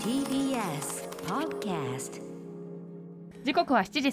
TBS Podcast 時刻は7時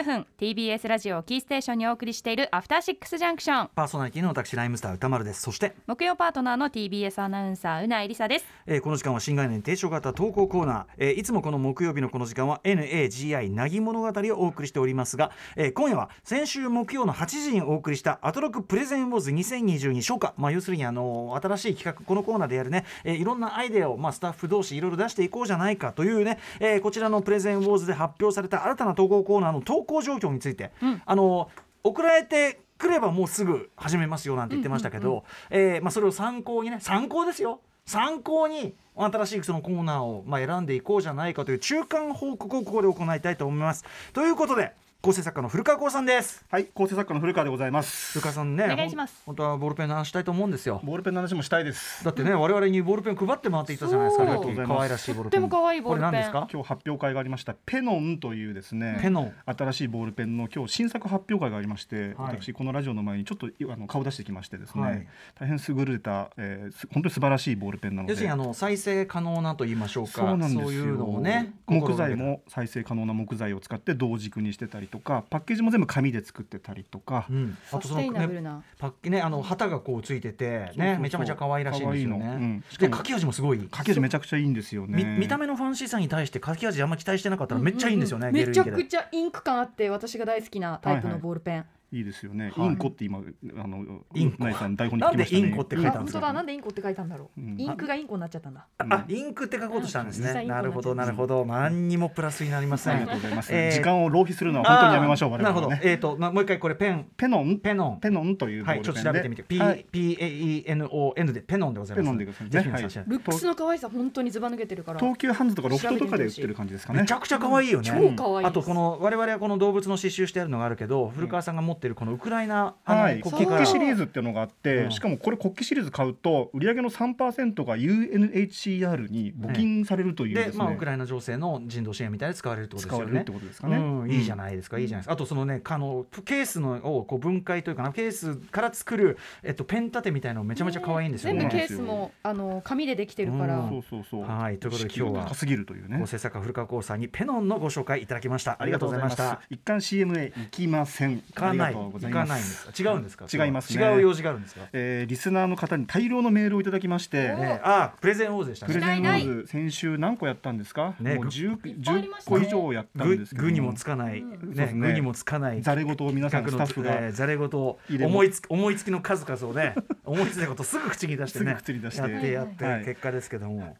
39分 TBS ラジオをキーステーションにお送りしているアフターシックスジャンクションパーソナリティの私ライムスター歌丸ですそして、木曜パートナーの TBS アナウンサーうないりさですえーこの時間は新概念提唱型投稿コーナー、えーいつもこの木曜日のこの時間は NAGI なぎ物語をお送りしておりますが、えー今夜は先週木曜の8時にお送りしたアトロックプレゼンウォーズ2022初夏、まあ、要するにあのー新しい企画このコーナーでやるね、えーいろんなアイデアを、まあ、スタッフ同士いろいろ出していこうじゃないかというね、えーこちらのプレゼンウォーズで発表された新たな投稿コーナーの投稿状況について、あのー送られてくればもうすぐ始めますよなんて言ってましたけど、えーまあ、それを参考にね参考ですよ参考に新しいそのコーナーをまあ選んでいこうじゃないかという中間報告をここで行いたいと思います。ということで構成作家の古川光さんです。はい、構成作家の古川でございます。古川さんねお願いしますほん本当はボールペンの話したいと思うんですよ。ボールペンの話もしたいです。だってね我々にボールペン配って回っていたじゃないですかそうさっき可愛らしいボールペンとっても可愛いボールペンこれ何ですか今日発表会がありましたペノンというですねペノン新しいボールペンの今日新作発表会がありまして、はい私このラジオの前にちょっとあの顔出してきましてですね、はい大変優れた、えーす本当に素晴らしいボールペンなので要するにあの再生可能なと言いましょうかそうなんですよいうのをね木材心がも再生可能な木材を使って同軸にしてたりとかパッケージも全部紙で作ってたりとかけ、た、うん、あとそのサステイナブルねなパッケねあの旗がこうついててねそうそうそうめちゃめちゃ可愛らしいんですよね可愛いのうんしかでも書き味もすごい書き味めちゃくちゃいいんですよねみ見た目のファンシーさに対して書き味あんま期待してなかったらめっちゃいいんですよね、めちゃゲルニくちゃインク感あって私が大好きなタイプのボールペン、いいですよね、はいインコって今あのインコナイさん台本に書きましたなねんでインコって書いたあん本ですか当だなんでインコって書いたんだろう、うんインクがインコになっちゃったんだケあインクって書こうとしたんです実際ねインクなるほどにななっちゃるうほど何にもプラスになりませありんがとうございます、えー時間を浪費するのは本当にやめましょうあ我ーなるほ々どはねえっ、と、ま、もう一回これペンペノンペノンペノンというボーはルいちょペンっで、と調べてみて P、はい、 P A E N O N でペノンでございますペノンでございますぜひ皆さんはい調べてルックスの可愛さ本当にずば抜けてるから東急ハンズとかロフトとかで売ってる感じですかねめちゃくちゃ可愛いよね、超可愛いですあとこの我々はこの動物の刺繍してあるのがあるけど、古川さんが持ってるこのウクライナあのはい、国旗国から旗シリーズっていうのがあって、うんしかもこれ国旗シリーズ買うと売り上げの3%が UNHCR に募金されるというでですね、まあウクライナ情勢の人道支援みたいに使われるってことで使すわよれるっねて。ことですかね、うん、いいじゃいないですか、いいじゃないですかあとそのねあのケースのをこう分解というかなケースから作る、えっと、ペン立てみたいのめちゃめちゃ可愛いんですよ全ね。部ケースもあの紙でできてるから、うんそうそうそうはいということで敷居が今日は高すぎるというね構成作家古川光さんにペノンのご紹介いただきましたあありがりとがとううごござざいいままししたた一貫 CM へ行きません行かなあいりがとうござ行いかまないんですすか違うんですか違いますね違う用事があるんですか、えーリスナーの方に大量のメールをいただきまして、おね、あプレゼン王子でしたプレねゼンウォーズ先週何個やったんですか、ねもう 10, いっぱいありました個ね以上やったんで具すけど具にもつかない、うんそうでねすね具にもつかないざれ事を皆さんスタッフえーがざれ言を入れ物思いつ思いつきの数々を ね思いついたことをすぐ口に出してねすぐ口に出してやってやって、はい結果ですけども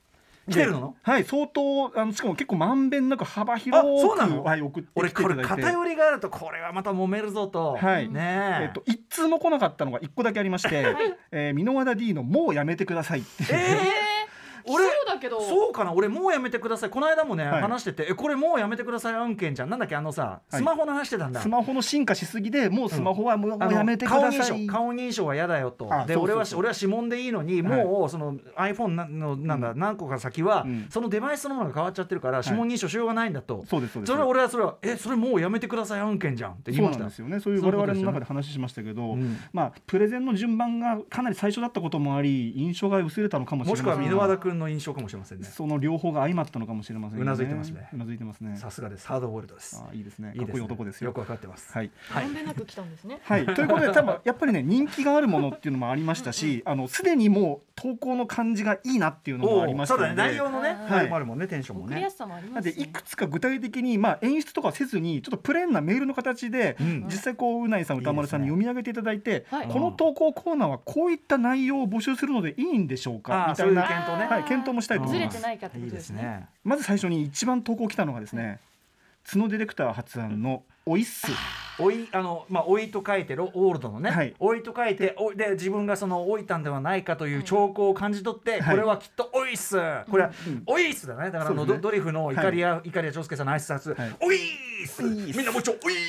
来てるのはい相当あのしかも結構まんべんなく幅あ広くそうなの、はい、送って俺きていこたれだいて偏りがあるとこれはまた揉めるぞと、はいねええっと、一通も来なかったのが一個だけありまして、えー、箕輪田 D の「もうやめてください」っていうえーえー、俺そうだけどそうかな俺もうやめてくださいこの間もね、はい話しててえこれもうやめてください案件じゃんなんだっけあのさはいスマホの話してたんだ、スマホの進化しすぎでもうスマホはもう,、あのやめてください顔認証顔認証は嫌だよとあでそうそう俺そうは俺は指紋でいいのにもうその iPhone なのなんだ、う何個か先は、うんそのデバイスそのものが変わっちゃってるから、指紋認証しようがないんだとそうですそうですそれは俺はそれはえそれもうやめてください案件じゃんって言いまそうなしんたですよねそういうそうい我うこと々ですよのね中で話しましたけど、うんまあ、プレゼンの順番がかなり最初だったこともあり印象が薄れたのかもしれもませしんくがは箕輪田君の印象かもしれませんねその両方が相まったのかもしれませんようなずいてますねうなずいてますねさすがですハードボールドですあいいですねいかいっでこすいいね男ですよよくわかってますはいはいまんべんなく来たんですねはい、ということで多分やっぱりね人気があるものっていうのもありましたしあのすでにもう投稿の感じがいいなっていうのもありおまおしたそのうでだね内容のねはいあれもあるもんねテンションも送りやねすさもありなまんすでねいくつか具体的に、まあ、演出とかせずにちょっとプレーンなメールの形で、うん実際こううないさん歌丸さんにいいです読み上げていただいてはいこの投稿コーナーはこういった内容を募集するのでいいんでしょうかあーみたそういいうな検討ねはい、検討もしたいと思いずれまてす。ないかっていこいとでですすねねまず最初に一番投稿来たのがですね角ディレクター発案の「おいっす」老いあのまあ老いと書いてロオールドのね、はい老いと書いておで自分がその老いたんではないかという兆候を感じ取って、はいこれはきっと老いっすこれはうん老いっすだねだからあの、そうですドねドリフのイカリア、イカリア長介さんの挨拶、はい老いっす老いっすみんなもうちょ老いっ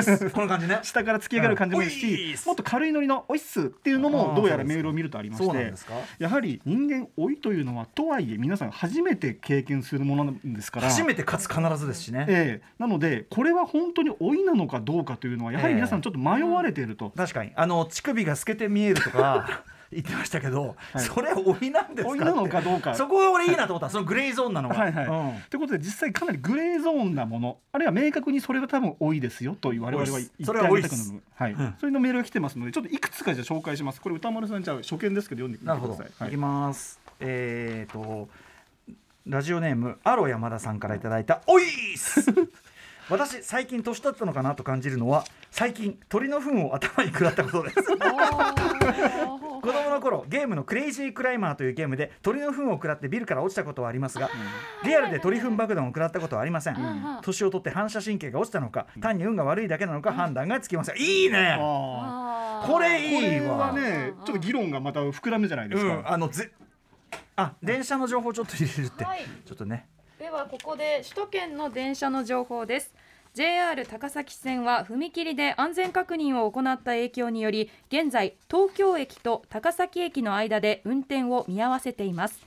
すこの感じね下から突き上げる感じもいいうんおいっしすもっと軽いノリの「おいっす」っていうのあもーどうやそうでらすかメールを見るとありまそしうなんてですかやはり人間老いというのはとはいえ皆さん初めて経験するものなんですから初めて勝つ必ずですしね、ええなのでこれは本当に老いなのかどうかというのはやはり皆さんちょっと迷われていると、 確かにあの乳首が透けて見えるとか言ってましたけど、はいそれ老いなんですか老いなのかどうかそこが俺いいなと思ったそのグレーゾーンなのが、はいはいうんということで実際かなりグレーゾーンなものあるいは明確にそれが多分多いですよと我々は言多いっってすあげたくなそれは多いるはい、うんそれのメールが来てますのでちょっといくつかじゃあ紹介しますこれ歌丸さんじゃあ初見ですけど読んでみてくなるほだど、さいい、はいきますえー、とラジオネームアロ山田さんからいただいた「おいー す! 」私最近年だったのかなと感じるのは最近鳥の糞を頭に食らったこと ですお子供の頃ゲームの「クレイジークライマー」というゲームで鳥の糞を食らってビルから落ちたことはありますがリアルで鳥糞爆弾を食らったことはありませんん年を取って反射神経が落ちたのか単に運が悪いだけなのか判断がつきませんいいねあーこれーいいわこれはねちょっと議論がまた膨らむじゃないですか、うんあのぜあ電車の情報ちょっと入れるって、はいちょっとねではここで首都圏の電車の情報です JR 高崎線は踏切で安全確認を行った影響により現在東京駅と高崎駅の間で運転を見合わせています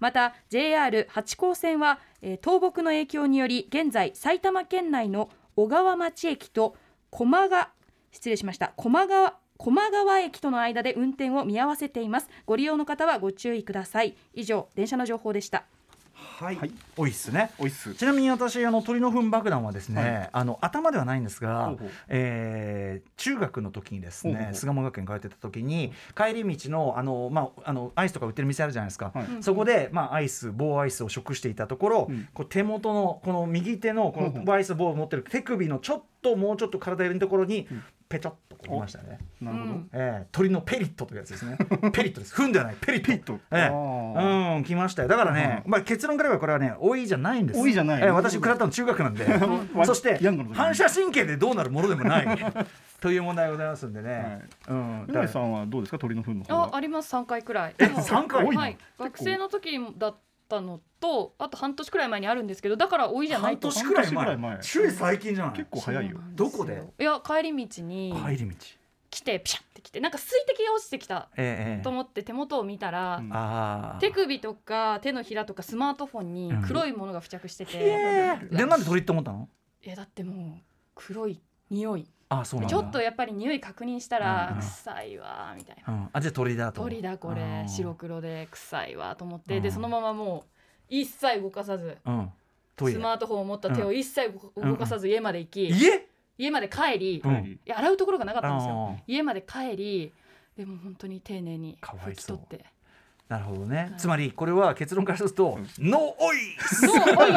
また JR 八高線は、えー倒木の影響により現在埼玉県内の小川町駅と駒ヶ失礼しました駒川駒川駅との間で運転を見合わせていますご利用の方はご注意ください以上電車の情報でしたはいはい多いっすねおいっすちなみに私あの鳥の糞爆弾はですね、はいあの頭ではないんですが、ほうほうえー中学の時にですねほうほうほう巣鴨学園通ってた時に帰り道のあの、まあ、あのアイスとか売ってる店あるじゃないですか、はいそこで、まあ、アイス棒アイスを食していたところ、うんこう手元のこの右手のこほうほのうアイス棒を持ってる手首のちょっともうちょっと体寄りのところに、んペチョッとこういましたね、なるほど、うんえー鳥のペリットというやつです ねペリットです糞ではないペリットペリットええあーうん来ましたよだからね、まあ、結論から言えばこれはね老いじゃないんです老いじゃないええ私食らったの中学なんで わそしてヤングの時反射神経でどうなるものでもないという問題がございますんでね、うんうなえさんはどうですか鳥の糞の方あはあります三回くらい。 3回多いなはい。学生の時だったのとあと半年くらい前にあるんですけどだから多いじゃない半と。年くらい半年くら前い前注意最近じゃない結構早いよどこでいや帰り道に帰り道来てピシャって来てなんか水滴が落ちてきたええええと思って手元を見たら、うんああ手首とか手のひらとかスマートフォンに黒いものが付着してて、でなんで鳥って思ったのいやだってもう黒い匂いああそうなんちだょっとやっぱり匂い確認したらうん臭いわーみたいなうん、あじゃあ鳥だと思う鳥だこうれん白黒で臭いわと思っうてんでそのままもう一切動かさずうんトイスレマートフォンを持った手を一切動うん動かさず家まで行き、家家まで帰り、うん帰りいや洗うところがなかったんですよあー家まで帰りでも本当に丁寧にかわ拭いきそう取ってなるほどね、いつまりこれは結論からすると「ノーオイ「もうおい、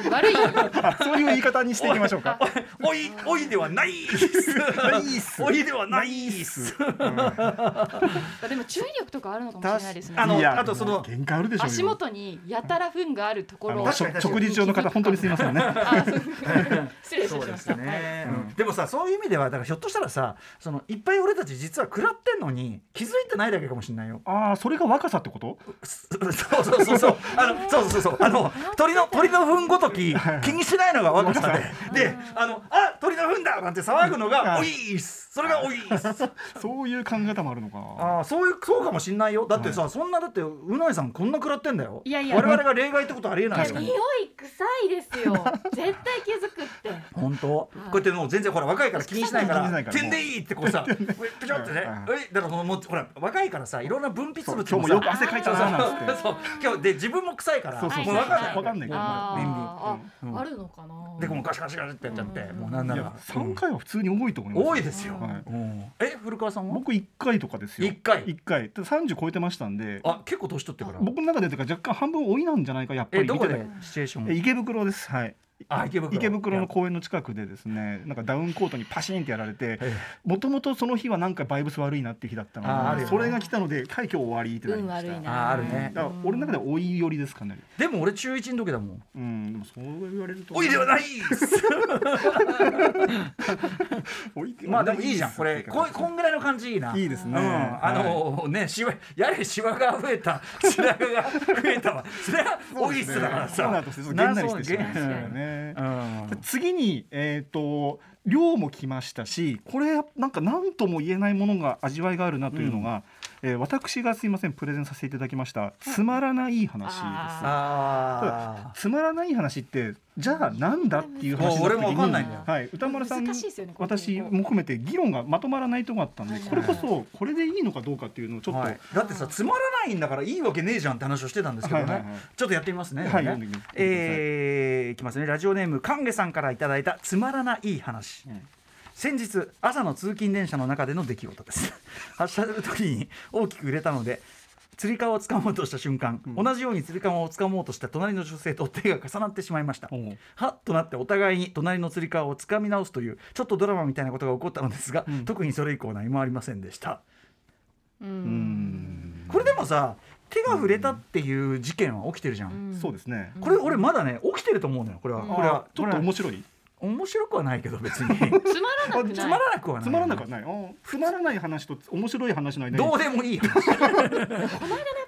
うん、悪いあ そういう言い方にしていきましょ うかおい、おいではないっす。いっすおいではないっす。あでも注意力とかあるのかもしれないですねあのいやあとその限界あるでしょうよ足元にやたら糞があるとこあろのをしょ確かに食事中の方本当にすみませ んねあそう失礼いたしました、はいねうんでもさ、そういう意味では、だからひょっとしたらさ、そのいっぱい俺たち実は食らってんのに気づいてないだけかもしれないよ。ああそれが若さってことそうそうそうそう。あのそうそうそうそう。あの鳥の鳥の糞ごとき気にしないのが若さで、で、あのあ鳥の糞だなんて騒ぐのがおいっす。それがおいっす。そういう考え方もあるのかああそういうそうかもしんないよだってさ、そんなだってうないさんこんな食らってんだよいやいや我々が例外ってことありえないいよや匂い臭いですよ絶対気づくって本当、こうやってもう全然ほら若いから気にしないか気にしならいから点でいいってこう さ ペチョってねうんえだからもうほら若いからさいろんな分泌物も今日さもよく汗かいたななんつってそう今日で自分も臭いからそうそうもう若いはいはいわかんないけどあー、うんああるのかなでこうガシガシガシってやっちゃって、もうなんないらや三回は普通に多いと思います多いですよ、はいうんえ古川さんは僕一回とかですよ一回一回で30超えてましたんであ結構年取ってから僕の中でというか若干半分多いなんじゃないかやっぱえりど見こてでてシチュエーショえン池袋ですはいあ池袋池袋の公園の近くでですねなんかダウンコートにパシーンってやられてえもともとその日はなんかバイブス悪いなって日だったのあーあるで、よねそれが来たのではい今日終わりってなり運ま悪しいた、なあーあるねだから俺の中では追い寄りですかねでも俺中1の時だもんうんでもそう言われるとおいではないおい でまはあでないもいいじゃんこれここんぐらいの感じいいないいですね、うん、あのねしわやれしわが増えた白髪が増えたわそれはオイスだからそうなんさですよ。げんなりしてしまいましたよね。で次に、えー、と量も来ましたしこれなんか何とも言えないものが味わいがあるなというのが、えー私がすいませんプレゼンさせていただきましたつまらない話です。あつまらない話ってじゃあなんだっていう話になった時にもう俺もわかんないんだよはい、歌丸さん難しいですよねこう私も含めて議論がまとまらないとこあったんで、はいこれこそこれでいいのかどうかっていうのをちょっと、はい、だってさつまらないんだからいいわけねえじゃんって話をしてたんですけどね、はいはいはいちょっとやってみますね,、はねい読んでみてくださいえーいきますねラジオネームかんげさんからいただいたつまらない話、ん先日朝の通勤電車の中での出来事です 発車する時に大きく売れたので釣り革を掴もうとした瞬間、同じように釣り革を掴もうとした隣の女性と手が重なってしまいました、おうはっとなってお互いに隣の釣り革を掴み直すというちょっとドラマみたいなことが起こったのですが、うん特にそれ以降何もありませんでしたううーんんこれでもさ手が触れたっていう事件は起きてるじゃん、そうですね、これ俺まだね起きてると思うのよこれは、これはちょっと面白い面白くはないけど別に つまらなくつないまらなくはないつまらなくはないあーつまらない話と面白い話の間にどうでもいい話この間のやっ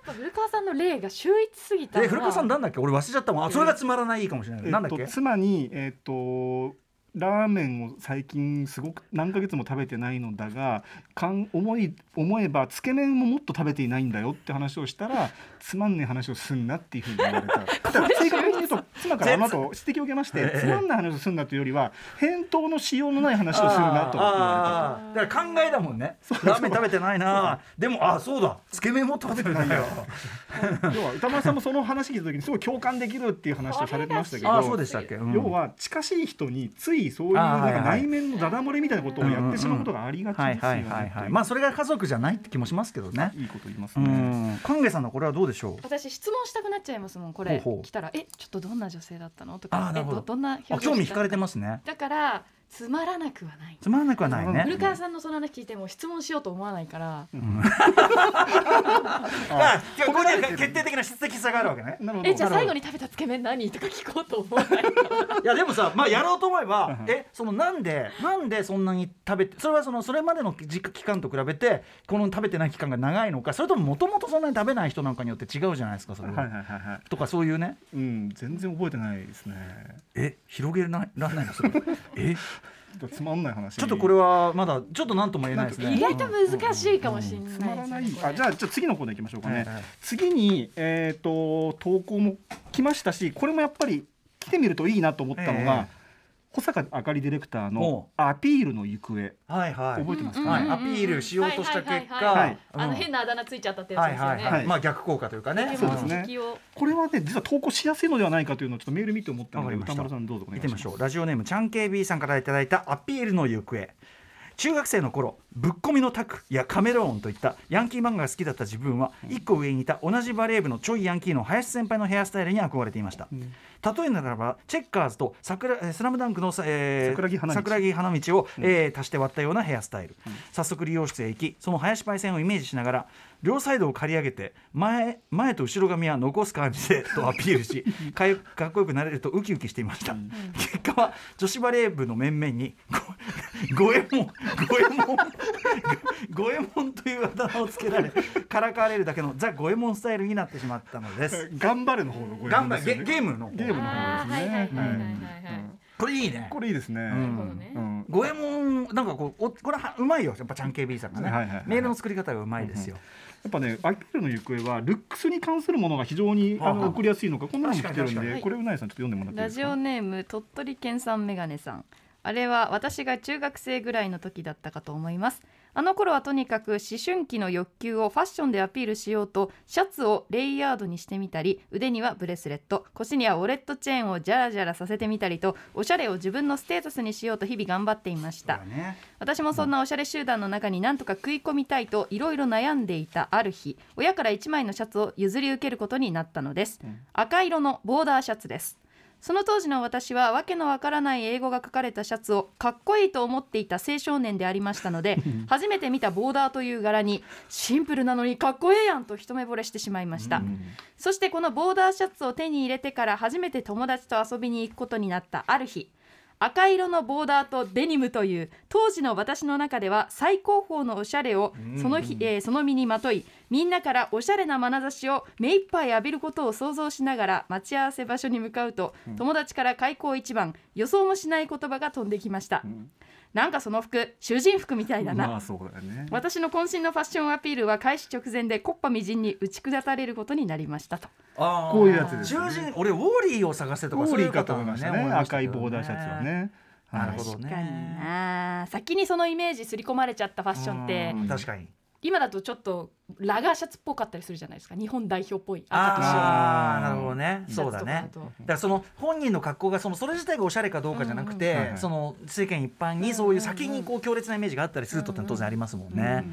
ぱ古川さんの例が秀逸すぎたで古川さんだなんだっけ俺忘れちゃったもんあそれがつまらないかもしれない、えなんだっっとけ妻にえっとラーメンを最近すごく何ヶ月も食べてないのだがかん思い思えばつけ麺ももっと食べていないんだよって話をしたらつまんねえ話をすんなっていうふうに言わ れただから正確に言うと妻からあの後指摘を受けましえてえつまんない話をすんなというよりは返答のしようのない話をするなと言わあーあーだから考えだもんねラーメン食べてないなでもあそうだつけ麺も食べてないよれた要は歌丸さんもその話聞いた時にすごい共感できるっていう話をされてましたけどあーそうでしたっけ、うん要は近しい人についそういうあーなはんいはかい内面のダダ漏れみたいなことをやってしまうことがありがちはいですよはいねはいはといいまあう。それが家族じゃないって気もしますけどねいいこと言いますうね。んかんげさんのこれはどうでしょう私質問したくなっちゃいますもんこれほうほう来たら「えちょっとどんな女性だったの?」とあか「ーなえるほどどどんな表あ情興味惹かれてまますねだからつまらなくはないつまらなくはないね古川さんのその話聞いても質問しようと思わないからあここに決定的な質的差があるわけねなるほど。えじゃあ最後に食べたつけ麺何とか聞こうと思わ ないいやでもさまあやろうと思えばうんえそのなんでなんでそんなに食べてそれはそのそれまでの時期間と比べてこの食べてない期間が長いのかそれとももともとそんなに食べない人なんかによって違うじゃないですかそれはいはいは。はいはい。とかそういうねうん、全然覚えてないですね。え広げられないの それえつまんない話。ちょっとこれはまだちょっと何とも言えないですね。意外と難しいかもしれないですつねまらないこ。れあ、じゃあじゃあ次のコーナー行きましょうかねはいはい。次にえっと投稿も来ましたし、これもやっぱり来てみるといいなと思ったのえが。保坂あかりディレクターのおアピールの行方はいはい覚えてますうんかうんうんはうんい、アピールしようとした結果、はいはいはいはいあの変な、なあだ名ついちゃったってやつはでいすよはいね、はい、いまあ逆効果というかね。でもそうですね敵をこれはね実は投稿しやすいのではないかというのをちょっとメール見て思ったのわかでりました歌丸さんどうぞお願見いてしみまますしょうラジオネームちゃん KB さんからいただいたアピールの行方中学生の頃ぶっ込みのタクやカメローンといったヤンキー漫画が好きだった自分は一個上にいた同じバレー部のちょいヤンキーの林先輩のヘアスタイルに憧れていました、例えならばチェッカーズと桜えースラムダンクのさ、えー桜木花道桜木花道を、えー足して割ったようなヘアスタイル、早速理容室へ行きその林パイセンをイメージしながら両サイドを刈り上げて前前と後ろ髪は残す感じでとアピールしかよかっこよくなれるとウキウキしていました、結果は女子バレー部の面々にご 五右衛門五右衛門五右衛門というあだ名をつけられからかわれるだけのザ・五右衛門スタイルになってしまったのです頑張れの方のご頑張れゲゲームのゲームのあ方ーはでいすはいはいねはいはいはいこれいいねこれいいですねうなるほどんねうん五右衛門なんかこうおこれはうまいよやっぱちゃん KB さんがね、はいはいはいメールの作り方がうまいですよ、やっぱねアピールの行方はルックスに関するものが非常にあはあの送りやすいのかこんなのも来てる確んかに確でこれうなえさんちょっと読んでもらっていいラですジかオネーム鳥取県産メガネさんあれは私が中学生ぐらいの時だったかと思いますあの頃はとにかく思春期の欲求をファッションでアピールしようとシャツをレイヤードにしてみたり腕にはブレスレット腰にはウォレットチェーンをジャラジャラさせてみたりとおしゃれを自分のステータスにしようと日々頑張っていましたそうだね私もそんなおしゃれ集団の中になんとか食い込みたいといろいろ悩んでいたある日親から1枚のシャツを譲り受けることになったのです、赤色のボーダーシャツですその当時の私はわけのわからない英語が書かれたシャツをかっこいいと思っていた青少年でありましたので初めて見たボーダーという柄にシンプルなのにかっこええやんと一目惚れしてしまいました、そしてこのボーダーシャツを手に入れてから初めて友達と遊びに行くことになったある日赤色のボーダーとデニムという当時の私の中では最高峰のおしゃれをその日、えーその身にまといみんなからおしゃれな眼差しを目いっぱい浴びることを想像しながら待ち合わせ場所に向かうと、友達から開口一番予想もしない言葉が飛んできました、んなんかその服囚人服みたいだな、まあそうだね。私の渾身のファッションアピールは開始直前でコッパみじんに打ち砕かれることになりましたとあーこういうやつですね囚人俺ウォーリーを探せとか多そういいうかことと思いましたね。赤いボーダーシャツはね。なるはいほどね確かにな先にそのイメージ刷り込まれちゃったファッションってうん確かに今だとちょっとラガーシャツっぽかったりするじゃないですか日本代表っぽい赤と白ああー白なるほどねシャそツうだとかあねとだからその本人の格好がそのそれ自体がおしゃれかどうかじゃなくて、うんうんうんその世間一般にそういう先にこう強烈なイメージがあったりするとってのは当然ありますもんね、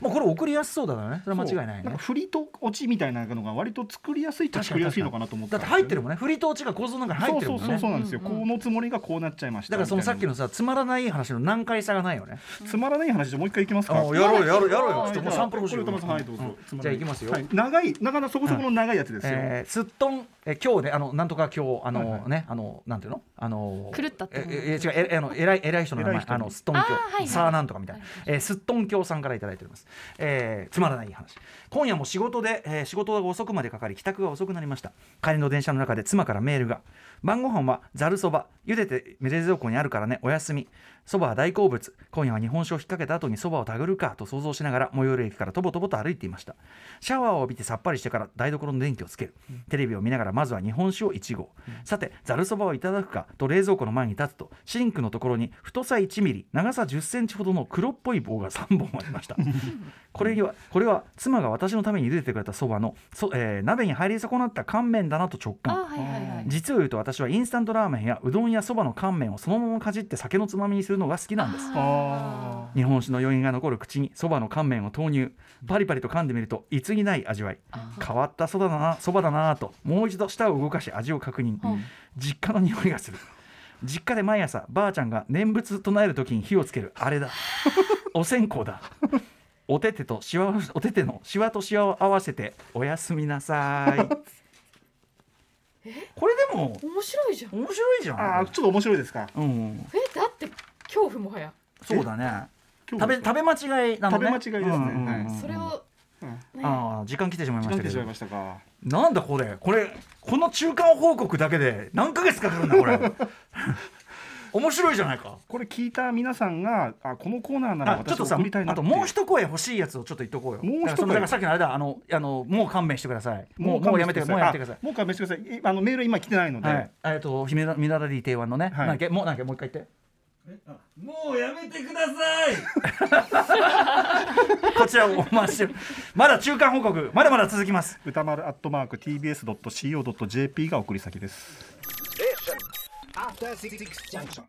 もうこれ送りやすそうだからねそれは間違いないそうねんか振りと落ちみたいなのが割と作りやすいっちゃ作りやすいのかなと思っただんっでてす入ってるよね。もんね振りと落ちが構造の中に入ってるもんねそうそうそうそうなんですよ。うんうんこのつもりがこうなっちゃいました。だからそのさっきののさつまらない話の難解さがないよねつまらない話でもう一回いきますか。あやろうやろうやろうよはちょっといもうサンプル欲しいこれ歌丸さんはいどうぞつんまじゃあらないいきますよ、はい長いなかなかそこそこの長いやつですよ。えー、すっとん、えー、今日ね、あの、なんとか今日、あの、はいはいね、あの、なんていうの、あの。狂ったってえことええ違う、え、あの、偉い、偉い人の名偉い前、人あの、すっとん教あーはいはいさあ、なんとかみたいな、えー、すっとん教さんからいただいております。えー、つまらない話。今夜も仕事で、えー、仕事が遅くまでかかり、帰宅が遅くなりました。帰りの電車の中で、妻からメールが。晩ご飯はざるそば、茹でて、冷蔵庫にあるからね、おやすみ。そばは大好物。今夜は日本酒を引っ掛けた後にそばをたぐるかと想像しながら、最寄り駅からとぼとぼと歩いていました。シャワーを浴びてさっぱりしてから台所の電気をつける、テレビを見ながらまずは日本酒を1合、さてざるそばをいただくかと冷蔵庫の前に立つとシンクのところに太さ1ミリ長さ1 0ンチほどの黒っぽい棒が3本ありましたこれにはこれは妻が私のために茹でてくれたそばのそ、えー鍋に入り損なった乾麺だなと直あ感はいはいはい実を言うと私はインスタントラーメンやうどんやそばの乾麺をそのままかじって酒のつまみにするのが好きなんですあ日本酒の余韻が残る口にそばの乾麺を投入パリパリと噛んでみるといつにない味わい変わったそばだなそばだなぁともう一度舌を動かし味を確認、うん実家の匂いがする実家で毎朝ばあちゃんが念仏唱える時に火をつけるあれだお線香だおててとしわをおててのしわとしわを合わせておやすみなさいこれでも面白いじゃん面白いじゃあ。ああんちょっと面白いですか。うん、えだって恐怖もはやそうだね食今日べ食べ間違いなのね食べ間違いですねはいそれをねああ時間来てしまい時まし間た来けてしまどいましたか。なんだこれこれこの中間報告だけで何ヶ月かかるんだこれ 面白いじゃないかこれ聞いた皆さんがあこのコーナーならあちょっ私とさ送りたいあなってというもう一声欲しいやつをちょっと言っとこうよもうだか一声らそのだからさっきのあれだあのあのもう勘弁してくださいももううもうやめてもうやめてくださいあもう勘弁してくださいいあのメール今来てないので、はいえっと姫なみなだり定番のね、はいなんだっけもうなんだっけもう一回言ってもうやめてください こちらをお待ちしてるまだ中間報告まだまだ続きます歌丸アットマーク TBS.CO.JP が送り先です After Six Junction